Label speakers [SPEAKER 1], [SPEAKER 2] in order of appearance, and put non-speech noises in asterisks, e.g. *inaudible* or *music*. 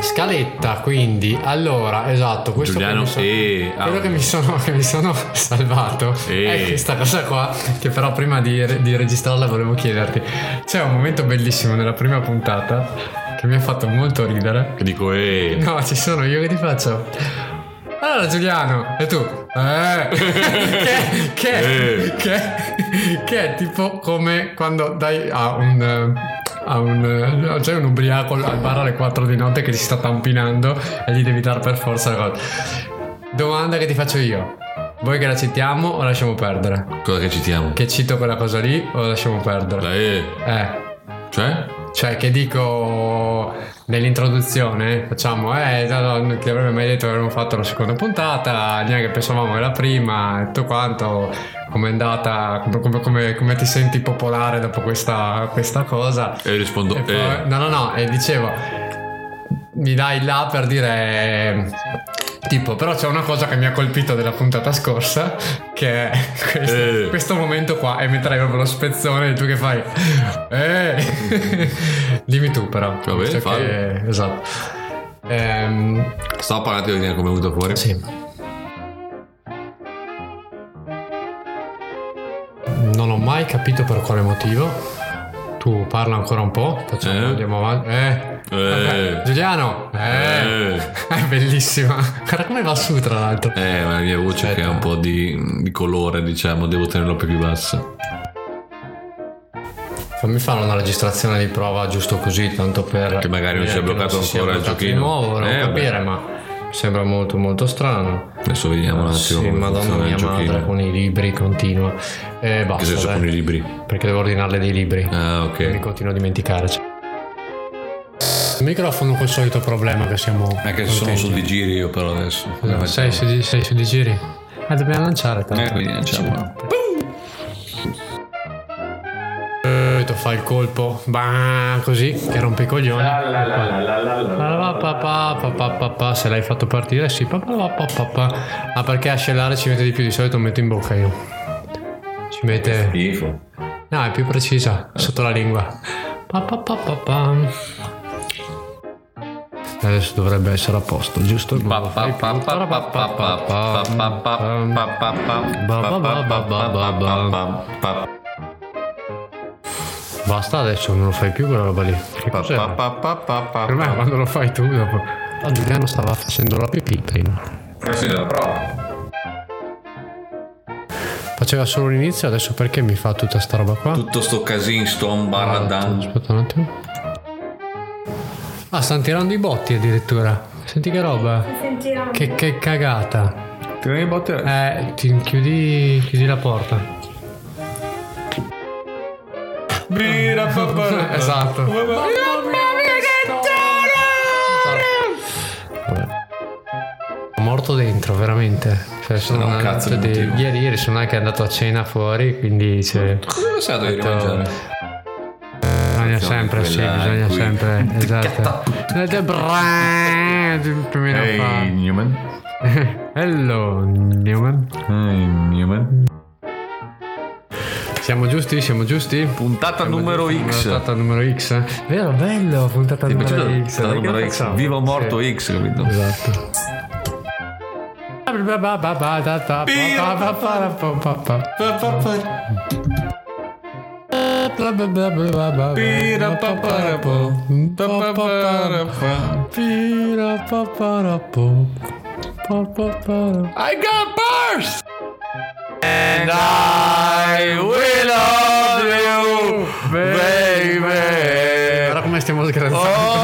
[SPEAKER 1] scaletta, quindi allora, esatto, questo che
[SPEAKER 2] Giuliano,
[SPEAKER 1] mi sono-
[SPEAKER 2] eh, ah.
[SPEAKER 1] quello che mi, sono, *laughs* che mi sono salvato
[SPEAKER 2] Eh.
[SPEAKER 1] è questa cosa qua, che però prima di, di registrarla volevo chiederti. C'è un momento bellissimo nella prima puntata che mi ha fatto molto ridere.
[SPEAKER 2] Che dico, eh.
[SPEAKER 1] No, ci sono io che ti faccio. Allora Giuliano, e tu?
[SPEAKER 2] *laughs*
[SPEAKER 1] Eh, che, che,
[SPEAKER 2] Eh.
[SPEAKER 1] che, che è tipo come quando dai a un... eh, A un, eh, c'è un ubriaco al bar alle 4 di notte che ti sta tampinando e gli devi dare per forza la cosa. Domanda che ti faccio io. Vuoi che la citiamo o lasciamo perdere?
[SPEAKER 2] Cosa che citiamo?
[SPEAKER 1] Che cito quella cosa lì o lasciamo perdere?
[SPEAKER 2] La E.
[SPEAKER 1] Eh.
[SPEAKER 2] Cioè?
[SPEAKER 1] Cioè, che dico nell'introduzione, facciamo, eh, no, no, ti avremmo mai detto che avremmo fatto la seconda puntata, neanche pensavamo che la prima, e tutto quanto, com'è andata, come, come- come- come ti senti popolare dopo questa, questa cosa.
[SPEAKER 2] E io rispondo,
[SPEAKER 1] E poi-
[SPEAKER 2] eh.
[SPEAKER 1] no, no, no, e dicevo, mi dai là per dire... Tipo, però c'è una cosa che mi ha colpito della puntata scorsa, che è questo,
[SPEAKER 2] Eh.
[SPEAKER 1] questo momento qua, e metterai proprio lo spezzone e tu che fai... Eh. *laughs* Dimmi tu però.
[SPEAKER 2] Va bene,
[SPEAKER 1] Cioè
[SPEAKER 2] fallo.
[SPEAKER 1] che- Esatto. Ehm,
[SPEAKER 2] Stavo parlando di vedere come è venuto fuori. Eh,
[SPEAKER 1] sì. Non ho mai capito per quale motivo. Tu parla ancora un po', facciamo,
[SPEAKER 2] Eh.
[SPEAKER 1] andiamo avanti. Eh.
[SPEAKER 2] Eh.
[SPEAKER 1] Giuliano, eh.
[SPEAKER 2] Eh.
[SPEAKER 1] è *laughs* bellissima. Guarda come va su tra l'altro.
[SPEAKER 2] Eh, ma la mia voce
[SPEAKER 1] Aspetta.
[SPEAKER 2] che ha un po' di, di colore, diciamo, devo tenerla un po' più bassa.
[SPEAKER 1] Fammi fare una registrazione di prova giusto così, tanto per...
[SPEAKER 2] Che magari non
[SPEAKER 1] dire
[SPEAKER 2] si è
[SPEAKER 1] che
[SPEAKER 2] bloccato
[SPEAKER 1] si sia
[SPEAKER 2] ancora il
[SPEAKER 1] bloccato di
[SPEAKER 2] giochino.
[SPEAKER 1] nuovo, non
[SPEAKER 2] Eh,
[SPEAKER 1] capire,
[SPEAKER 2] vabbè.
[SPEAKER 1] ma sembra molto molto strano.
[SPEAKER 2] Adesso vediamo un attimo.
[SPEAKER 1] Sì,
[SPEAKER 2] come
[SPEAKER 1] madonna
[SPEAKER 2] funziona il
[SPEAKER 1] mia madre
[SPEAKER 2] giochino.
[SPEAKER 1] con i libri continua. E
[SPEAKER 2] Che
[SPEAKER 1] basta,
[SPEAKER 2] senso
[SPEAKER 1] dai,
[SPEAKER 2] con i libri?
[SPEAKER 1] perché devo ordinarle dei libri.
[SPEAKER 2] Ah,
[SPEAKER 1] Mi
[SPEAKER 2] ok.
[SPEAKER 1] continuo a dimenticare. Il microfono col solito problema che siamo...
[SPEAKER 2] Anche se sono
[SPEAKER 1] contenti.
[SPEAKER 2] su di giri io però adesso. Come
[SPEAKER 1] No, Sei,
[SPEAKER 2] facciamo?
[SPEAKER 1] su di- sei su di giri? Ah, dobbiamo lanciare tanto.
[SPEAKER 2] Eh, quindi lanciamo.
[SPEAKER 1] Eh, tu fai il colpo, bah, così, che rompe i coglioni. Pa, pa, pa, pa, pa, pa, pa, Se l'hai fatto partire, sì. pa, pa, pa, pa, pa. Ah, perché a scellare ci mette di più, di solito metto in bocca io. Ci mette...
[SPEAKER 2] Schifo.
[SPEAKER 1] No, è più precisa, sotto la lingua. Pa, pa, pa, pa, pam. Adesso dovrebbe essere a posto, giusto?
[SPEAKER 2] Pa, pa, pa, pa, pa, pa, pa, pa, pa, pa, pa, pa, pa, pa, pa, pa, pa, pa,
[SPEAKER 1] Basta adesso, non lo fai più quella roba lì. Che
[SPEAKER 2] pa,
[SPEAKER 1] cos'era?
[SPEAKER 2] pa, pa, pa, pa, pa.
[SPEAKER 1] Per me quando lo fai tu dopo. Ah, Giuliano stava facendo la pipì prima.
[SPEAKER 2] Questa è la prova.
[SPEAKER 1] Faceva solo l'inizio, adesso perché mi fa tutta sta roba qua?
[SPEAKER 2] Tutto sto casino, sto ambaradan.
[SPEAKER 1] Aspetta un attimo. Ah, stanno tirando i botti addirittura. Senti che roba.
[SPEAKER 3] Sentiamo.
[SPEAKER 1] Che, che cagata.
[SPEAKER 2] Tieni botte.
[SPEAKER 1] Eh, ti chiudi, chiudi la porta.
[SPEAKER 2] *laughs*
[SPEAKER 1] Esatto. morto dentro, veramente. Cioè, sono
[SPEAKER 2] Non ha un
[SPEAKER 1] andato
[SPEAKER 2] cazzo di
[SPEAKER 1] di-
[SPEAKER 2] motivo.
[SPEAKER 1] ieri, ieri sono anche andato a cena fuori, quindi cioè,
[SPEAKER 2] Cosa è stato ieri a
[SPEAKER 1] Detto-
[SPEAKER 2] mangiare?
[SPEAKER 1] bisogna sempre, sì,
[SPEAKER 2] quella eh,
[SPEAKER 1] bisogna
[SPEAKER 2] qui. *laughs*
[SPEAKER 1] sempre. Esatto.
[SPEAKER 2] Ehi,
[SPEAKER 1] Hey.
[SPEAKER 2] Newman.
[SPEAKER 1] Hello, Newman.
[SPEAKER 2] Ehi, Newman.
[SPEAKER 1] Siamo giusti, siamo giusti.
[SPEAKER 2] Puntata numero X.
[SPEAKER 1] Puntata numero X. Vero, bello, puntata
[SPEAKER 2] Ti è
[SPEAKER 1] numero
[SPEAKER 2] piaciuta?
[SPEAKER 1] X.
[SPEAKER 2] Puntata
[SPEAKER 1] Perché
[SPEAKER 2] numero
[SPEAKER 1] lo
[SPEAKER 2] X.
[SPEAKER 1] facciamo?
[SPEAKER 2] Vivo o morto
[SPEAKER 1] Sì.
[SPEAKER 2] X, capito?
[SPEAKER 1] Esatto.
[SPEAKER 2] I got burst! And I will love you,
[SPEAKER 1] Guarda
[SPEAKER 2] baby!
[SPEAKER 1] come stiamo scherzando.
[SPEAKER 2] Oh,